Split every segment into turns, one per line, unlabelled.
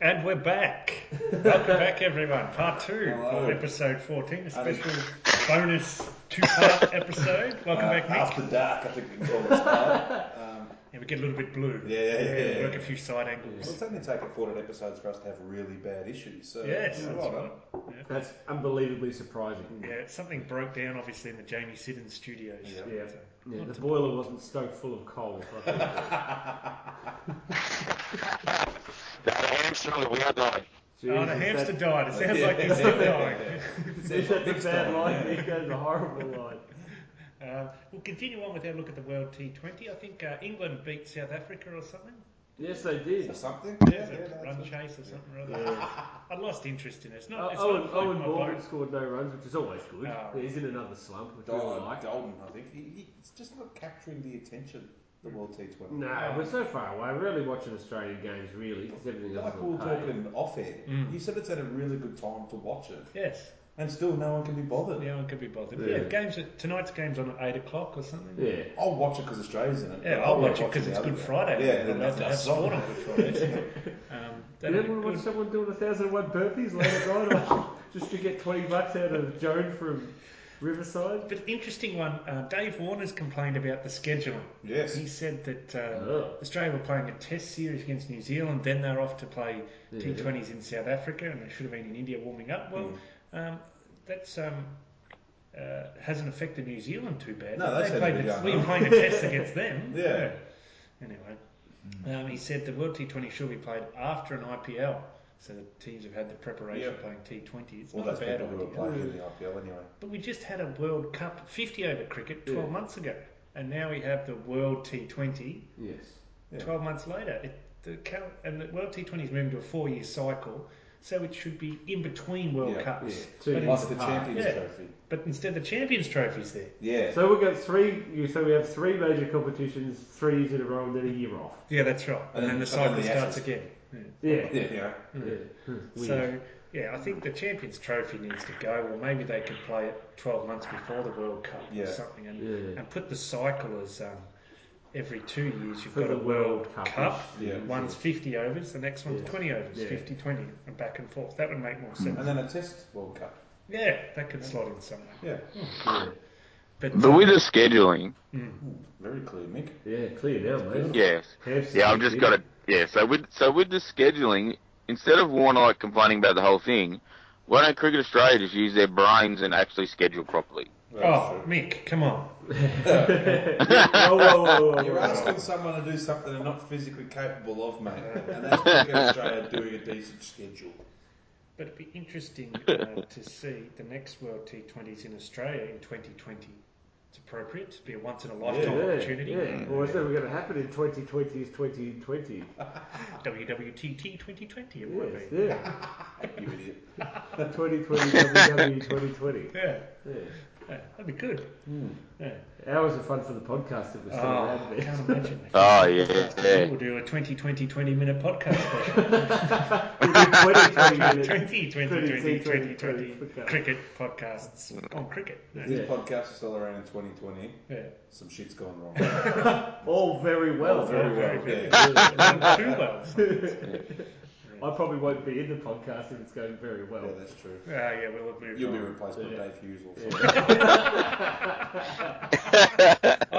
And we're back. Welcome back, everyone. Part two
Hello.
of episode 14, a special bonus two part episode. Welcome
Uh,
back, Nick.
After dark, I think we can call this now. um,
Yeah, we get a little bit blue.
Yeah, yeah, yeah.
Work a few side
well,
angles.
it's only taken 14 episodes for us to have really bad issues. So
Yes,
yeah,
that's
well done.
right.
That's unbelievably
Mm.
surprising.
Yeah, something broke down, obviously, in the Jamie Siddon studios.
Yeah.
Yeah, yeah the boiler wasn't stoked full of coal.
The hamster on the wheel died.
Oh, the hamster died. It sounds like he's still dying.
That's, that's a bad line. There you go, the horrible line.
Uh, we'll continue on with our look at the World T20. I think uh, England beat South Africa or something.
Yes, they
Or
did.
something.
It was
yeah,
a
that's
run
it.
chase or something. or other.
Yeah.
I lost interest in it. It's not.
Uh,
It's
Owen,
not like
Owen
my
Morgan
boat.
scored no runs, which is always good.
Oh.
Yeah, he's in another slump, which we all
Dol-
like.
Dolden, I think. He, he- he's just not capturing the attention, the World T20.
No, we're so far away. We're only watching Australian games, really, because everything else
Like
is
we were
on pay.
talking off air,
Mm.
you said it's at a really good time to watch it,
Yes.
and still no one can be bothered.
Yeah, I could be bothered.
Yeah.
Yeah, games are, tonight's game's on at eight o'clock or something.
Yeah.
I'll watch it because Australia's in it.
Yeah,
but I
I'll
won't
watch it
watch
because
the
it's
other
Good
game.
Friday.
Yeah,
I'd love to have
that's
sport on
right.
Good Friday. um,
You
that'd be
ever watch
good.
someone doing a thousand and one burpees later on just to get twenty bucks out of Joan from Riverside?
But interesting one. Uh, Dave Warner's complained about the scheduling.
Yes.
He said that uh,
Oh.
Australia were playing a Test series against New Zealand, then they're off to play
Yeah.
T20s in South Africa, and they should have been in India warming up. Well, um, that's um, uh, hasn't affected New Zealand too bad.
No, they seem to
played
be
the,
going
we were
well.
playing a Test against them.
Yeah.
Anyway, um, he said the World T20 should be played after an IPL. So the teams have had the preparation
Yeah.
playing T20. It's
All
not
those
a bad
people who are
idea.
playing in the IPL anyway.
But we just had a World Cup 50 over cricket 12
Yeah.
months ago, and now we have the World T20
Yes.
Yeah.
12 months later. It, the cal- and the World T20 is moving to a four year cycle, so it should be in between World
Yeah,
Cups.
yeah. Two
But,
years.
Plus
in-
the
Ah,
Champions
yeah.
Trophy.
but instead, the Champions Trophy's there.
Yeah.
So we got three. You so we have three major competitions, three years in a row, and then a year off.
Yeah, that's right. And,
And
then
then
the
some of
cycle
the
starts
Ashes.
again. Yeah.
Yeah.
yeah, yeah.
Yeah. Hmm, Weird.
So, yeah, I think the Champions Trophy needs to go, or maybe they could play it 12 months before the World Cup
Yeah.
or something, and,
Yeah.
and put the cycle as um, every two years you've
For
got a
the World
World Cup.
Cup,
yeah.
One's 50 overs, the next one's
Yeah.
20 overs,
Yeah.
fifty twenty, 50 20, and back and forth. That would make more sense.
And then a Test World Cup.
Yeah, that could slot in somewhere.
Yeah.
yeah.
But
The with the scheduling,
Ooh, very clear, Mick.
yeah, clear now, mate.
yes,
Hamster
yeah, I've just got to, yeah. So with so with the scheduling, instead of Warner like complaining about the whole thing, why don't Cricket Australia just use their brains and actually schedule properly?
oh, Mick, come on.
whoa, whoa, whoa, whoa,
You're
whoa.
asking someone to do something they're not physically capable of, mate. And that's Cricket Australia doing a decent schedule.
But it'd be interesting uh, to see the next World T20s in Australia in 2020. It's appropriate to be a once in a lifetime
Yeah,
opportunity.
yeah. Well, it's never going to happen in 2020 is 2020.
WWTT 2020, it
Yes,
would be.
yeah.
You idiot.
2020, WW 2020.
Yeah.
Yeah.
yeah, that'd be good. Yeah.
Hours of fun for the podcast that we're still
Oh,
around
I
there.
can't imagine.
Oh yeah, yeah.
We'll do a 2020 20 minute podcast special.
We'll do 2020 minutes.
2020 2020 2020 cricket podcasts on cricket. Yeah.
This podcast is still around in 2020.
Yeah.
Some shit's gone wrong.
All very well.
Very well.
Very
Yeah.
Too well.
I probably won't be in the podcast if it's going very well.
yeah, that's true.
Ah, yeah, we'll have moved
You'll be
on.
replaced by Dave Hughes or something.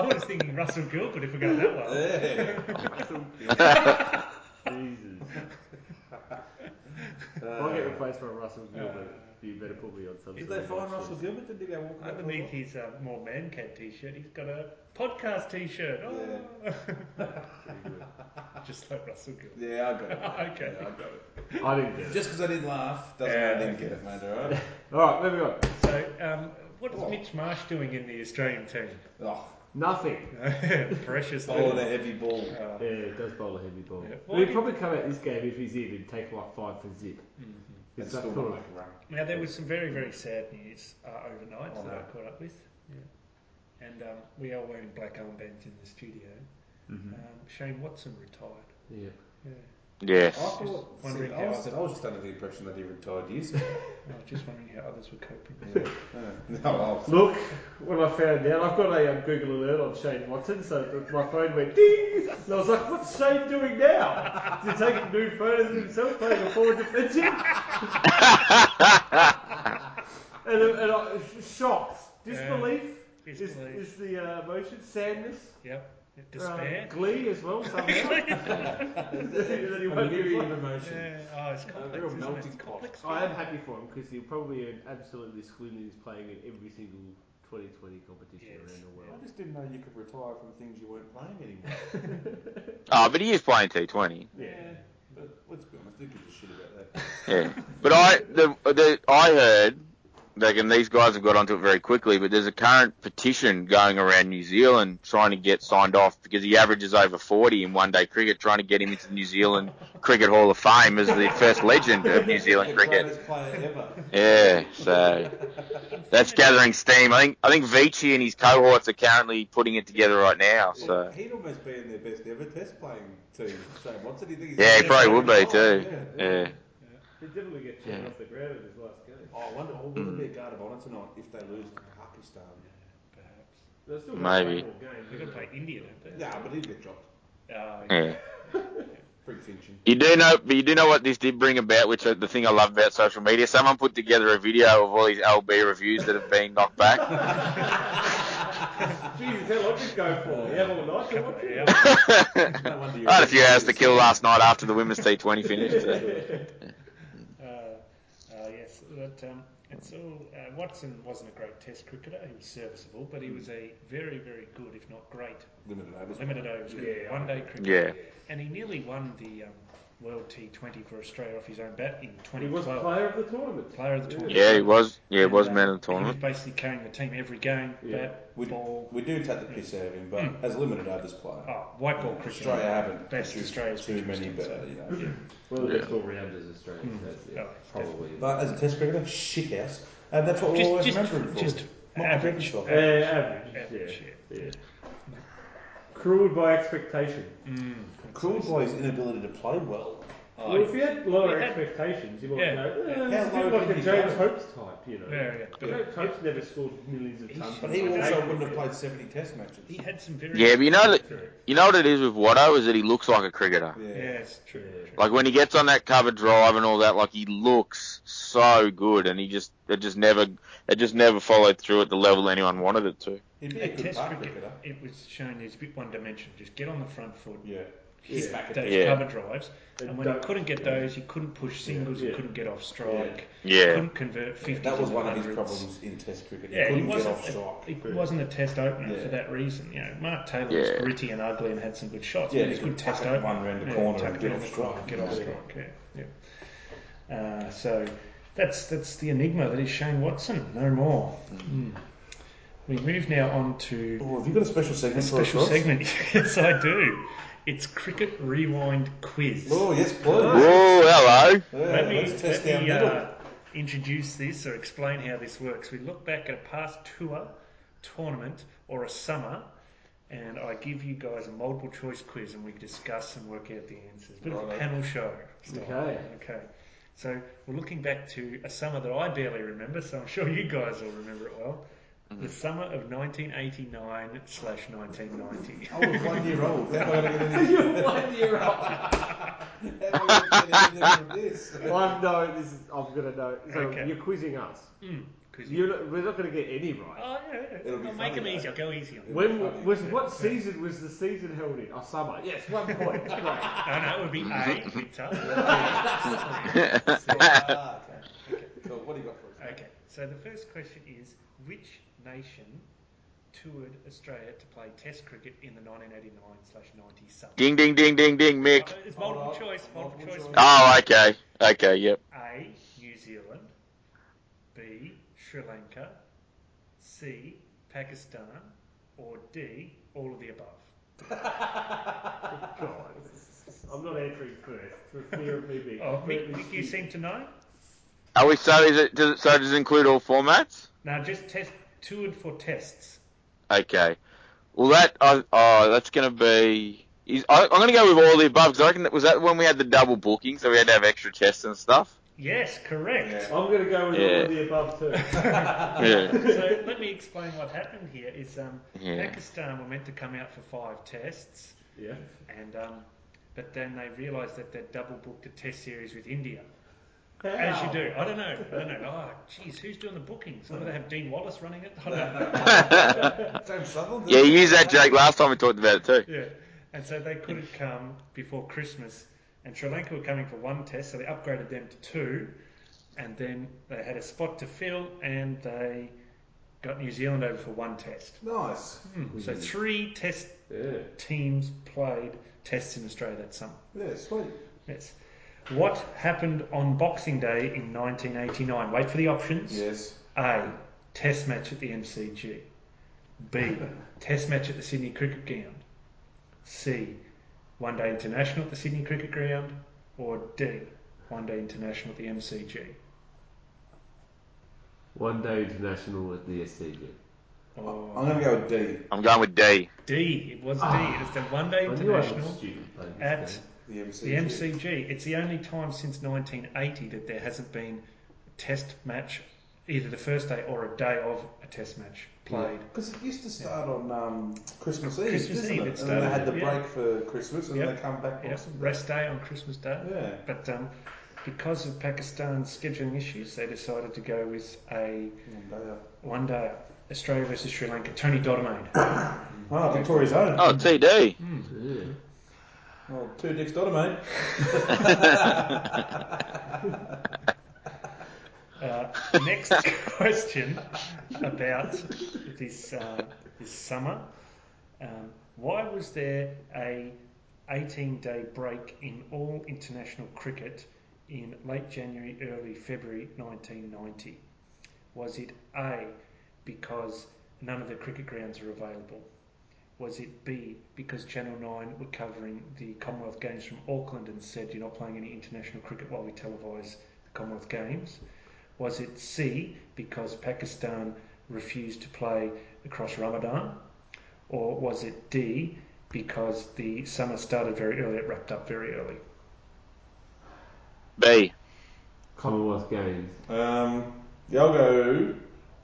I was thinking Russell Gilbert if we go that way.
Yeah. Uh,
Jesus. I'll get replaced by Russell Gilbert. You better put me on something.
Did they find Russell Gilbert? Did he go walking up the
Underneath
block?
his uh, more man cave t-shirt, he's got a podcast t-shirt. Oh. Just like Russell Gilbert.
Yeah, I got it. mate.
Okay.
Yeah, I got it.
I didn't get it.
Just because I didn't laugh doesn't
Yeah,
mean I didn't
okay.
get it, mate, alright?
All right, moving on.
So, um, what is Mitch Marsh doing in the Australian team?
Oh,
Nothing.
Precious.
ball
little.
a heavy ball. uh,
Yeah, it does bowl a heavy ball.
Yeah.
But he'd probably come out this game if he's in and take like five for zip.
And
It's that
still
sort
not
of-
make a run.
Now there was some very very sad news uh, overnight
Oh,
that I
no.
caught up with, yeah. and um, we are
Mm-hmm.
wearing black armbands in the studio. Um, Shane Watson retired.
yeah.
Yeah.
Yes.
I thought,
Wondering
see,
how
I, was,
other-
I was just under the impression that he retired years ago.
I was just wondering how others were coping.
Uh, no, I was,
Look, when I found out, I've got a um, Google alert on Shane Watson, so th- my phone went ding, and I was like, "What's Shane doing now? Is he taking nude photos of himself playing a forward defensive?" and and I, shocked, disbelief is,
Disbelief.
is the uh, emotion, sadness,
Yep.
uh,
Despair.
glee as well somehow. That he
a
won't
myriad of
play.
emotions.
Yeah. Oh, it's complex.
they're all
isn't it?
melting
It's complex.
I am happy for him because he'll probably earn absolutely squillions playing in every single 2020 competition
Yes.
around the world.
I just didn't know you could retire from things you weren't playing anymore.
Oh, but he is playing T20.
yeah, but let's be honest, who gives a shit about that?
Yeah. But I the, the I heard like and these guys have got onto it very quickly, but there's a current petition going around New Zealand trying to get signed off because he averages over forty in one day cricket, trying to get him into the New Zealand Cricket Hall of Fame as the first legend of New Zealand
the
cricket.
greatest player ever.
Yeah, so that's gathering steam. I think I think Vici and his cohorts are currently putting it together right now. So
He'd almost be in their best ever test playing team. Shane Watson, he thinks he's-
yeah, he probably would be too.
Yeah.
Yeah,
He definitely get taken off the ground in his last game.
Oh, I wonder, will there be a guard of honour tonight if they lose to Pakistan?
Perhaps.
They're still
Maybe.
Game,
We're going to play India, don't we?
Nah, but he'd get dropped.
Oh,
yeah.
Freak Finching.
You do know, but you do know what this did bring about, which is the thing I love about social media. Someone put together a video of all these LB reviews that have been knocked back.
Jesus, how long did it go for? You have all night to watch it?
yeah.
No wonder you're
I had a few hours to kill last night after the women's T20 finished. so.
Uh, uh, yes, but um, it's all. Uh, Watson wasn't a great Test cricketer. He was serviceable, but he was a very, very good, if not great,
Limited overs.
limited overs yeah, one day cricket.
Yeah.
And he nearly won the um, World T20 for Australia off his own bat in
He was
2012.
player of the tournament.
Player of the tournament.
Yeah, he was. Yeah, he was
And, uh,
man of the
He was
tournament.
basically carrying the team every game.
Yeah.
Bat,
We,
ball.
we do take the piss out of him, but as a limited overs player,
Hmm. Oh, white ball cricket.
Australia haven't
Best
produced
Australia's
too
produced
many,
it,
but,
so.
you know.
Well, the best all rounders Australia. That's yeah,
Oh,
probably.
But as a test cricketer, shit house. And that's what we
Just-
always
just-
remember him for.
just
Not
average.
the big
Uh,
stuff.
average.
Average,
yeah. yeah. Cruelled by expectation.
Cruel boy's inability to play well.
well, if you had lower
we had-
expectations, you might
Yeah.
go, eh,
How
this is a
low
bit like
did
a
he
James
go?
Hopes type, you know.
Yeah, yeah,
But
yeah.
James Hopes never scored millions of tons.
But he also wouldn't have played 70 test matches.
He had some very.
Yeah, but you know that you know what it is with Watto is that he looks like a cricketer.
Yeah, it's true. true.
Like when he gets on that cover drive and all that, like he looks so good, and he just it just never it just never followed through at the level anyone wanted it to.
He'd be a
At
good
Test
park
cricket,
cricketer.
it was shown he's a bit one dimensional. Just get on the front foot,
Yeah.
hit
Smack it
those
Yeah.
cover drives, and,
And
when he
don't-
couldn't get those, he couldn't push singles, he
Yeah.
couldn't get off strike,
Yeah.
couldn't convert 50s.
That was
and
one of his
100s.
problems in Test cricket. He
Yeah, he
couldn't get
wasn't,
off
a,
strike.
he wasn't a test opener
Yeah.
for that reason. You know, Mark Taylor was
Yeah.
gritty and ugly and had some good shots.
Yeah,
but he was
he
a good
could
test
tuck it
opener.
one round the corner
tuck
and
it
get
in
off
the
strike.
corner, Get off strike. Yeah, yeah. Uh, so that's that's the enigma that is Shane Watson. No more.
Hmm.
Mm. We move now on to
Oh, have you got a special segment
a
for us,
special
Ross?
segment. yes, I do. It's cricket rewind quiz.
Oh, yes, please.
Whoa, hello.
Yeah,
Let me,
let's test
let
our
me
middle.
uh, introduce this or explain how this works. We look back at a past tour, tournament, or a summer, and I give you guys a multiple choice quiz and we discuss and work out the answers. Bit of a
Righto.
panel show. style.
Okay.
Okay. So we're looking back to a summer that I barely remember, so I'm sure you guys will remember it well.
Mm-hmm.
The summer of 1989 slash 1990.
I was one year old. How am I going to get anything
You're one year old.
how am I gonna get anything from this?
I know this is, I'm going to know. So
Okay.
you're quizzing us.
Mm, 'cause you-
You're not, we're not going to get any right.
Oh, yeah, yeah.
It'll be
I'll make
funny,
them
though.
easy. I'll go easy on them.
When was what season was the season held in? Oh, summer. Yes, one point. Great.
No, no, it Oh, would be A, winter.
Ah, okay. Okay, Cool. What do you got for us?
Okay, so the first question is which nation toured Australia to play Test cricket in the 1989 slash 90 summer?
Ding ding ding ding ding, Mick.
Uh, It's multiple
Hold on,
choice, multiple
multiple
choice.
choice.
Oh, okay, okay, yep.
A. New Zealand. B. Sri Lanka. C. Pakistan. Or D. All of the above.
God. I'm not answering first for fear of me being.
Oh, Mick,
completely
Mick, you
stupid.
seem to know?
Are we so? Is it does it, so? Does it include all formats?
No, just test toured for tests.
Okay. Well, that uh, oh, that's gonna be He's, I, I'm going to go with all the above because I reckon that was that when we had the double booking, so we had to have extra chests and stuff.
Yes, correct.
I'm going to go with all
Yeah.
of the above too.
Yeah.
so let me explain what happened here. Is um,
Yeah.
Pakistan were meant to come out for five tests,
yeah.
and um, but then they realised that they'd double booked a test series with India. As you do. I don't know. I don't know. Oh, geez, who's doing the bookings? Do they have Dean Wallace running it? I don't know.
Sam Sutherland.
Yeah, you used that, Jake, last time we talked about it too.
Yeah, and so they couldn't come before Christmas. And Sri Lanka were coming for one test, so they upgraded them to two. And then they had a spot to fill, and they got New Zealand over for one test.
Nice.
So three test
Yeah.
teams played tests in Australia that summer.
Yeah, sweet.
Yes. What happened on Boxing Day in 1989? Wait for the options.
Yes.
A. Test match at the MCG. B. Test match at the Sydney Cricket Ground. C. One Day International at the Sydney Cricket Ground. Or D. One Day International at the MCG.
One day international with the SCG.
Or
I'm going to go with D.
I'm going with D.
D. It was D. It is the One Day
Ah. I knew I was
International
stupid playing this
at
game.
The MC.
the MCG. It's the only time since 1980 that there hasn't been a test match, either the first day or a day of a test match played.
Because it used to start on um, Christmas Eve,
Christmas
didn't
Eve
it?
it
and then they had the
started, yeah.
break for Christmas, and then
Yep.
they come back.
Yeah,
Boxing Day.
rest day on Christmas Day.
Yeah.
But um, because of Pakistan's scheduling issues, they decided to go with a
One day after.
one day Australia versus Sri Lanka. Tony Dodomane.
Ah, Victoria's own.
Oh, TD.
Yeah.
Well, two dicks daughter, mate.
Uh, next question about this uh, this summer. Um, why was there a 18 day break in all international cricket in late January, early February 1990? Was it A, because none of the cricket grounds are available? Was it B, because Channel 9 were covering the Commonwealth Games from Auckland and said you're not playing any international cricket while we televise the Commonwealth Games? Was it C, because Pakistan refused to play across Ramadan? Or was it D, because the summer started very early, it wrapped up very early?
B.
Commonwealth Games.
Um, yeah, I'll go.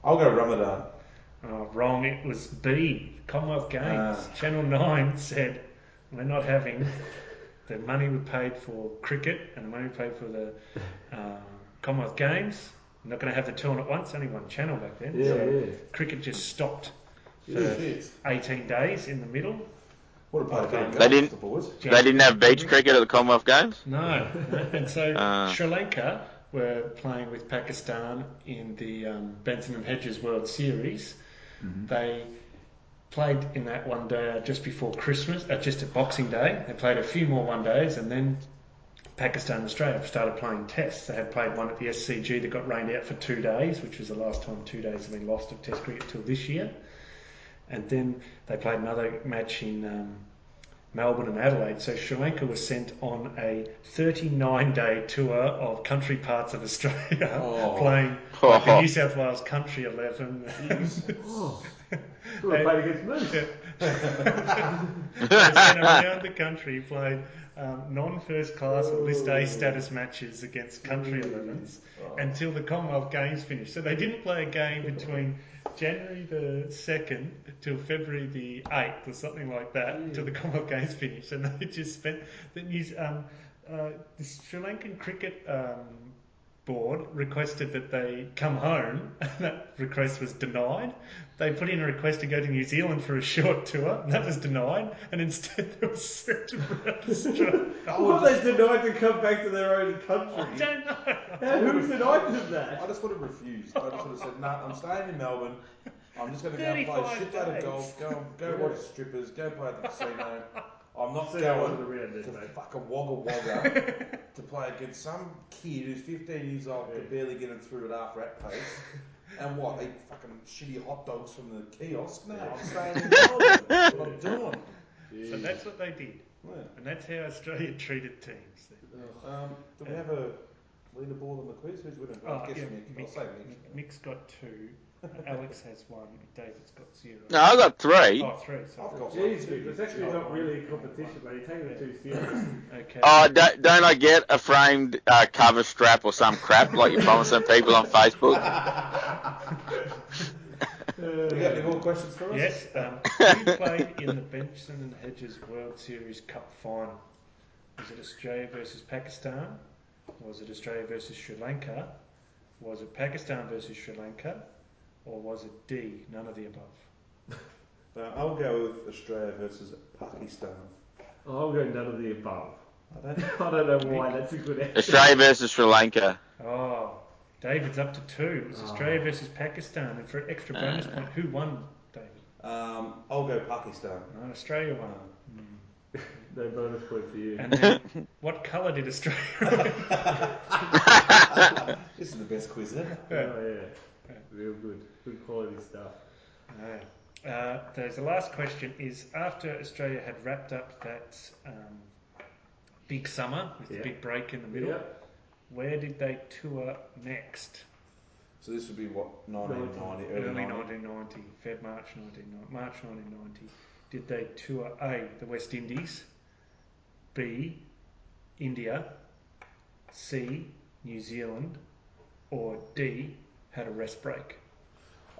I'll go Ramadan.
Oh, wrong, it was B, Commonwealth Games.
Ah.
Channel 9 said, we're not having the money we paid for cricket and the money we paid for the um, Commonwealth Games. We're not going to have the two on at once, only one channel back then.
Yeah,
so
yeah.
cricket just stopped for
Jeez.
18 days in the middle.
What a party!
They
They
didn't-
The boys.
They didn't have beach cricket at the Commonwealth Games?
No, and so
Ah.
Sri Lanka were playing with Pakistan in the um, Benson and Hedges World Series. They played in that one day uh, just before Christmas, uh, just at Boxing Day. They played a few more one days, and then Pakistan and Australia started playing tests. They had played one at the SCG that got rained out for two days, which was the last time two days have been lost of Test cricket till this year. And then they played another match in um, Melbourne and Adelaide. So Sri Lanka was sent on a 39 day tour of country parts of Australia,
Oh.
playing like, the New South Wales Country 11.
Oh,
Could have played against Moose.
They went around the country, played um, non first class or list A status matches against country 11s until the Commonwealth Games finished. So they didn't play a game between January the 2nd till February the 8th or something like that until the Commonwealth Games finished. And they just spent the news. Um, uh, the Sri Lankan cricket um, board requested that they come home, and that request was denied. They put in a request to go to New Zealand for a short tour, and that was denied. And instead, they were sent around Australia.
What they denied to come back to their own country?
Don't know.
How- Who denied them
I
that?
just would have refused. I just would have said, "No, I'm staying in Melbourne. I'm just going to go and play a
35
shitload
days.
of golf. Go, and- go watch strippers. Go play at the casino. I'm not
See, I wasn't
going
around then,
to
mate.
fucking Wagga Wagga to play against some kid who's 15 years old, could barely get him through at half rat pace, and what eat fucking shitty hot dogs from the kiosk. No, I'm staying in Melbourne. That's what I'm doing.
So that's what they did,
Yeah.
and that's how Australia treated teams.
Um, do we have a leaderboard on the quiz? Who's winning?
Oh,
I guess
yeah,
Nick.
Mick.
I'll say Nick.
Mick's got two. Alex has one. David's got zero.
No, I got three.
Oh, three. Sorry.
I've got one.
Jeez, Vic, it's actually not really a competition, mate. You're taking it too serious.
Okay.
Oh, don't, don't I get a framed uh, cover strap or some crap like you're promising people on Facebook?
You got any more questions for us?
yes. Um, who played in the Benson and Hedges World Series Cup final? Was it Australia versus Pakistan? Was it Australia versus Sri Lanka? Was it Pakistan versus Sri Lanka? Or was it D? None of the above.
Uh, I'll go with Australia versus Pakistan.
I'll go none of the above.
I don't know.
I don't know why that's a good answer.
Australia versus Sri Lanka.
Oh, David's up to two. It was Australia versus Pakistan, and for an extra bonus point, who won, David?
Um, I'll go Pakistan. Uh,
No, Australia won.
No bonus point for you.
And then, what colour did Australia? win?
This is the best quiz ever.
Oh, yeah. Real good. Good quality stuff.
Uh, there's the last question is after Australia had wrapped up that um, big summer with
Yeah.
the big break in the middle, where did they tour next?
So this would be what 1990, early,
Early
90.
1990, Feb March 1990, March 1990. Did they tour A, the West Indies, B, India, C, New Zealand, or D, had a rest break?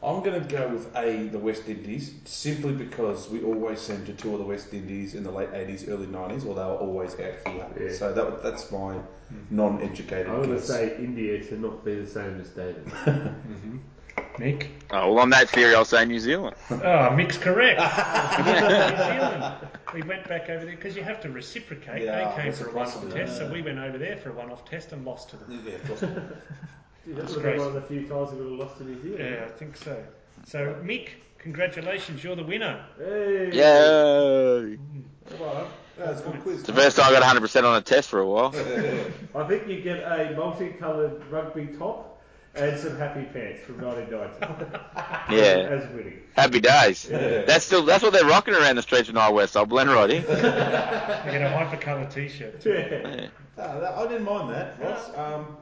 I'm going to go with A, the West Indies, simply because we always seem to tour the West Indies in the late 80s, early 90s, or they were always out here.
Yeah.
So that, that's my Mm-hmm. non-educated
I'm going to
guess.
say India to not be the same as David.
Mick?
Oh, well, on that theory, I'll say New Zealand.
Oh, Mick's correct. New Zealand. We went back over there because you have to reciprocate.
Yeah,
they came for a one off
reciprocity,
test, so we went over there for a one off test and lost to them.
Yeah, of course.
That would have been
great.
one of the few times we would have lost to New Zealand.
Yeah, I think so. So, Mick, congratulations, you're the winner.
Hey!
Yay!
Well, that's a good quiz.
It's the first time I got 100% on a test for a while.
I think you get a multicoloured rugby top and some happy pants from 1990
Yeah.
as winning.
Happy days. That's still that's what they're rocking around the streets of Nile West. I'll blend right in.
You get a hypercolour t shirt.
Yeah.
Ah, that- I didn't mind that, Ross. Um,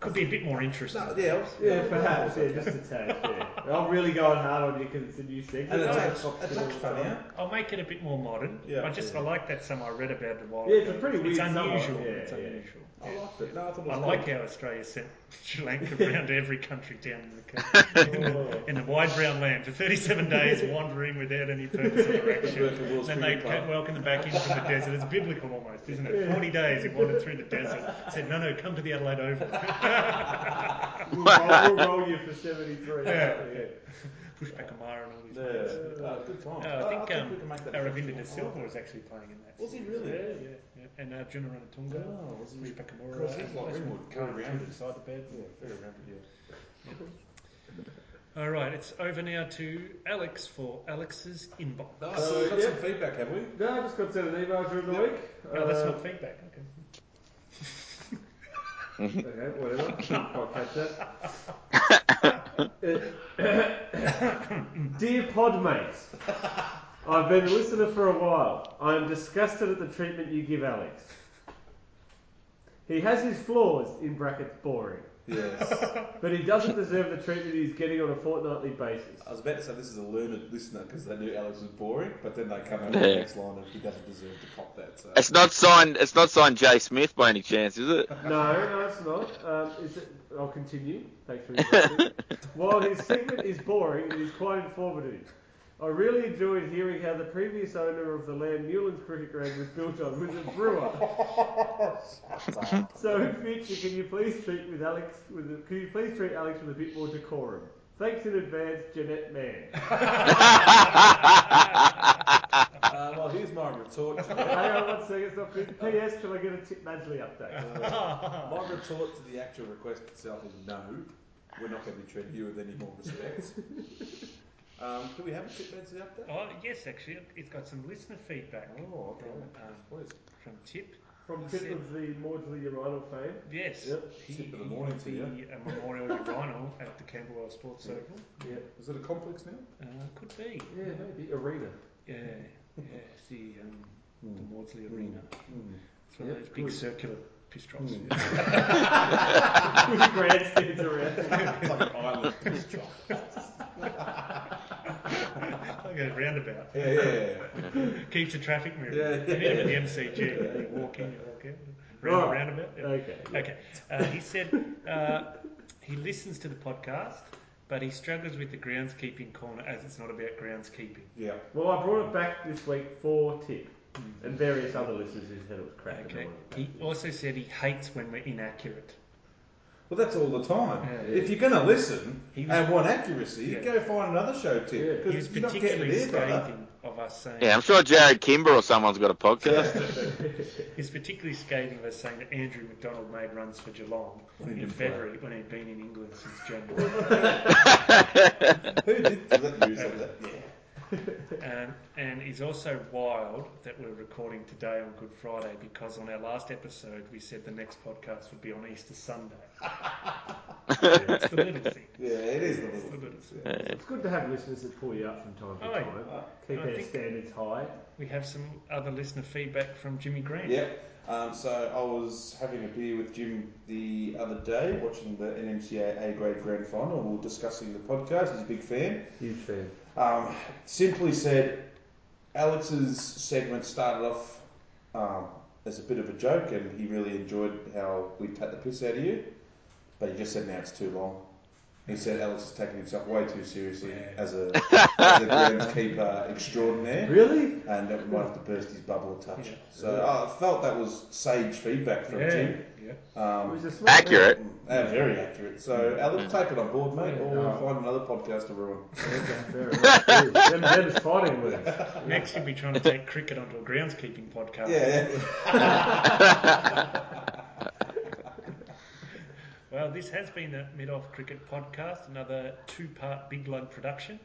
Could be a bit more interesting.
no, yeah,
Yeah, perhaps, yeah, just a tad, yeah. I'm really going hard on you because it's a new
And
segment.
it's
Yeah,
like, it's like funnier.
I'll make it a bit more modern.
Yeah.
I just I like that song I read about it a while
Yeah,
ago.
it's a pretty
It's
weird song,
unusual.
yeah,
it's
yeah.
unusual.
I liked it. No, I thought it
I
was
like
good.
how Australia sent Sri Lanka around every country down in the country, in, the, in the wide brown land for 37 days, wandering without any purpose or
Work of
direction.
Will's
Then they
cricket club.
kept welcoming them back in from the desert. It's biblical almost, isn't it? 40 days he wandered through the desert. Said, no, no, come to the Adelaide Oval.
We'll roll, we'll roll you for 73.
Yeah.
yeah.
Pushback Amara and all these.
Yeah, Ah, good time.
No, I
Ah,
think, um,
we can make that
Aravinda
a
De
professional.
Silva was actually playing in that.
Was he really?
Yeah, yeah. yeah. And uh, Arjuna Ranatunga.
Oh, was he?
Pushback Amara.
Because he's like Ringwood,
Carl
very
Townsend
rounded.
Inside the bed.
Yeah, very rounded, yeah.
All right, it's over now to Alex for Alex's inbox.
Ah,
So,
so we've got
yeah.
some feedback, have we?
No, I just got sent an email during the week.
Oh, that's
Uh,
not feedback. Okay.
Okay, whatever. I'll catch that. Dear Podmates, I've been a listener for a while. I am disgusted at the treatment you give Alex. He has his flaws, in brackets, boring.
Yes.
But he doesn't deserve the treatment he's getting on a fortnightly basis.
I was about to say this is a learned listener because they knew Alex was boring, but then they come out with the
Yeah.
next line of he doesn't deserve to cop that. So.
It's not signed. It's not signed Jay Smith by any chance, is it?
No, no, it's not. Um, is it, I'll continue. Thanks for interrupting. While his segment is boring, it is quite informative. I really enjoyed hearing how the previous owner of the land Newlands Cricket Ground was built on was a brewer. so in future, can you please treat with Alex with a, can you please treat Alex with a bit more decorum? Thanks in advance, Jeanette Mann.
Oh,
Uh, well, here's my retort. to that.
Hang on one second, stop. P.S. Can I get a Tip Madley update?
my retort to the actual request itself is no, we're not going to be treating you with any more respect. um, do we have a tip Betsy up there?
Oh, yes, actually, it's got some listener feedback
Oh, okay. Please.
from Tip.
From Tip of the Maudsley Urinal fame.
Yes,
Yep.
he
Tip of the
he
morning
was
to
the
you.
uh, memorial urinal at the Camberwell Sports Circle.
Yeah,
Is it a complex now?
Uh, could be.
yeah, maybe arena.
Yeah,
Hmm.
yeah, it's the, um, the Maudsley Arena. It's one
Yep,
of those big
good.
circular Piss
Hmm.
drops.
With grandstands around.
it's like an island piss drop.
like a roundabout.
Yeah, yeah, yeah.
Keeps the traffic moving.
Yeah,
You need it
yeah.
with the MCG. You walk in, you walk out. Round
Right.
roundabout. yeah.
Okay.
Okay. Uh, he said uh, he listens to the podcast, but he struggles with the groundskeeping corner as it's not about groundskeeping.
yeah.
Well, I brought it back this week for Tip and various other listeners who said it was crap. and they
Okay.
wanted it back.
He also said he hates when we're inaccurate.
Well, that's all the time.
Yeah.
If you're going to listen
He was-
and want accuracy,
Yeah.
go find another show tip.
He
Because
was
you're not getting it
particularly
here, brother.
scathing of us saying.
Yeah, I'm sure Jared Kimber or someone's got a podcast.
He was particularly scathing of us saying that Andrew McDonald made runs for Geelong
When he
in
didn't play.
February when he'd been in England since January.
Who did was that? You said that. Yeah.
Um, and he's also wild that we're recording today on Good Friday because on our last episode we said the next podcast would be on Easter Sunday. it's the little thing.
Yeah, it is the
It's the
little.
little thing.
It's good to have listeners that pull you up from time to
Oh, yeah.
time. Keep
I
our
think-
standards high.
We have some other listener feedback from Jimmy Green.
Yeah. Um, so I was having a beer with Jim the other day, watching the NMCA A grade grand final. We were discussing the podcast. He's a big fan.
Huge fan.
Um, simply said, Alex's segment started off um, as a bit of a joke, and he really enjoyed how we take the piss out of you. But he just said, now it's too long. He said Alex is taking himself way too seriously as a, as a groundskeeper extraordinaire
Really?
and that we might have to burst his bubble a touch.
Yeah.
So uh, I felt that was sage feedback from
Yeah.
Jim.
yeah.
It
Um,
was a smart
Accurate.
and very accurate. So Alex, take it on board, mate, or
Yeah.
find another podcast to ruin.
man. Okay, fair enough. Them- Them's fighting words.
Next, you'll be trying to take cricket onto a groundskeeping podcast.
Yeah,
Well, this has been the Mid Off Cricket Podcast, another two part Big Lug production,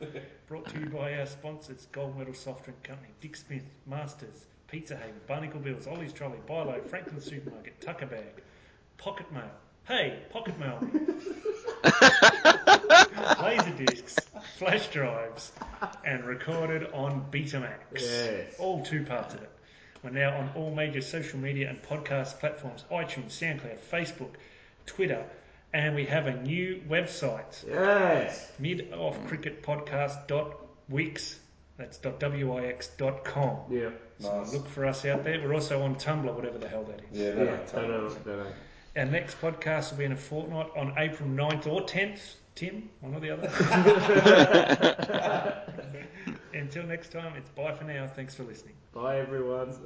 brought to you by our sponsors Gold Medal Soft Drink Company, Dick Smith, Masters, Pizza Haven, Barnacle Bills, Ollie's Trolley, Bilo, Franklin Supermarket, Tucker Bag, Pocket Mail. Hey, Pocket Mail. Laser discs, flash drives, and recorded on Betamax.
Yes.
All two parts of it. We're now on all major social media and podcast platforms iTunes, SoundCloud, Facebook, Twitter, and we have a new website
Yes.
midoffcricketpodcast.wix. That's .wix.com.
Yeah.
nice.
Look for us out there. We're also on Tumblr, whatever the hell that is.
Yeah,
Yeah.
that
Don't know. Don't know.
Our next podcast will be in a fortnight on April 9th or 10th. Tim, one or the other. Until next time, it's bye for now. Thanks for listening.
Bye, everyone.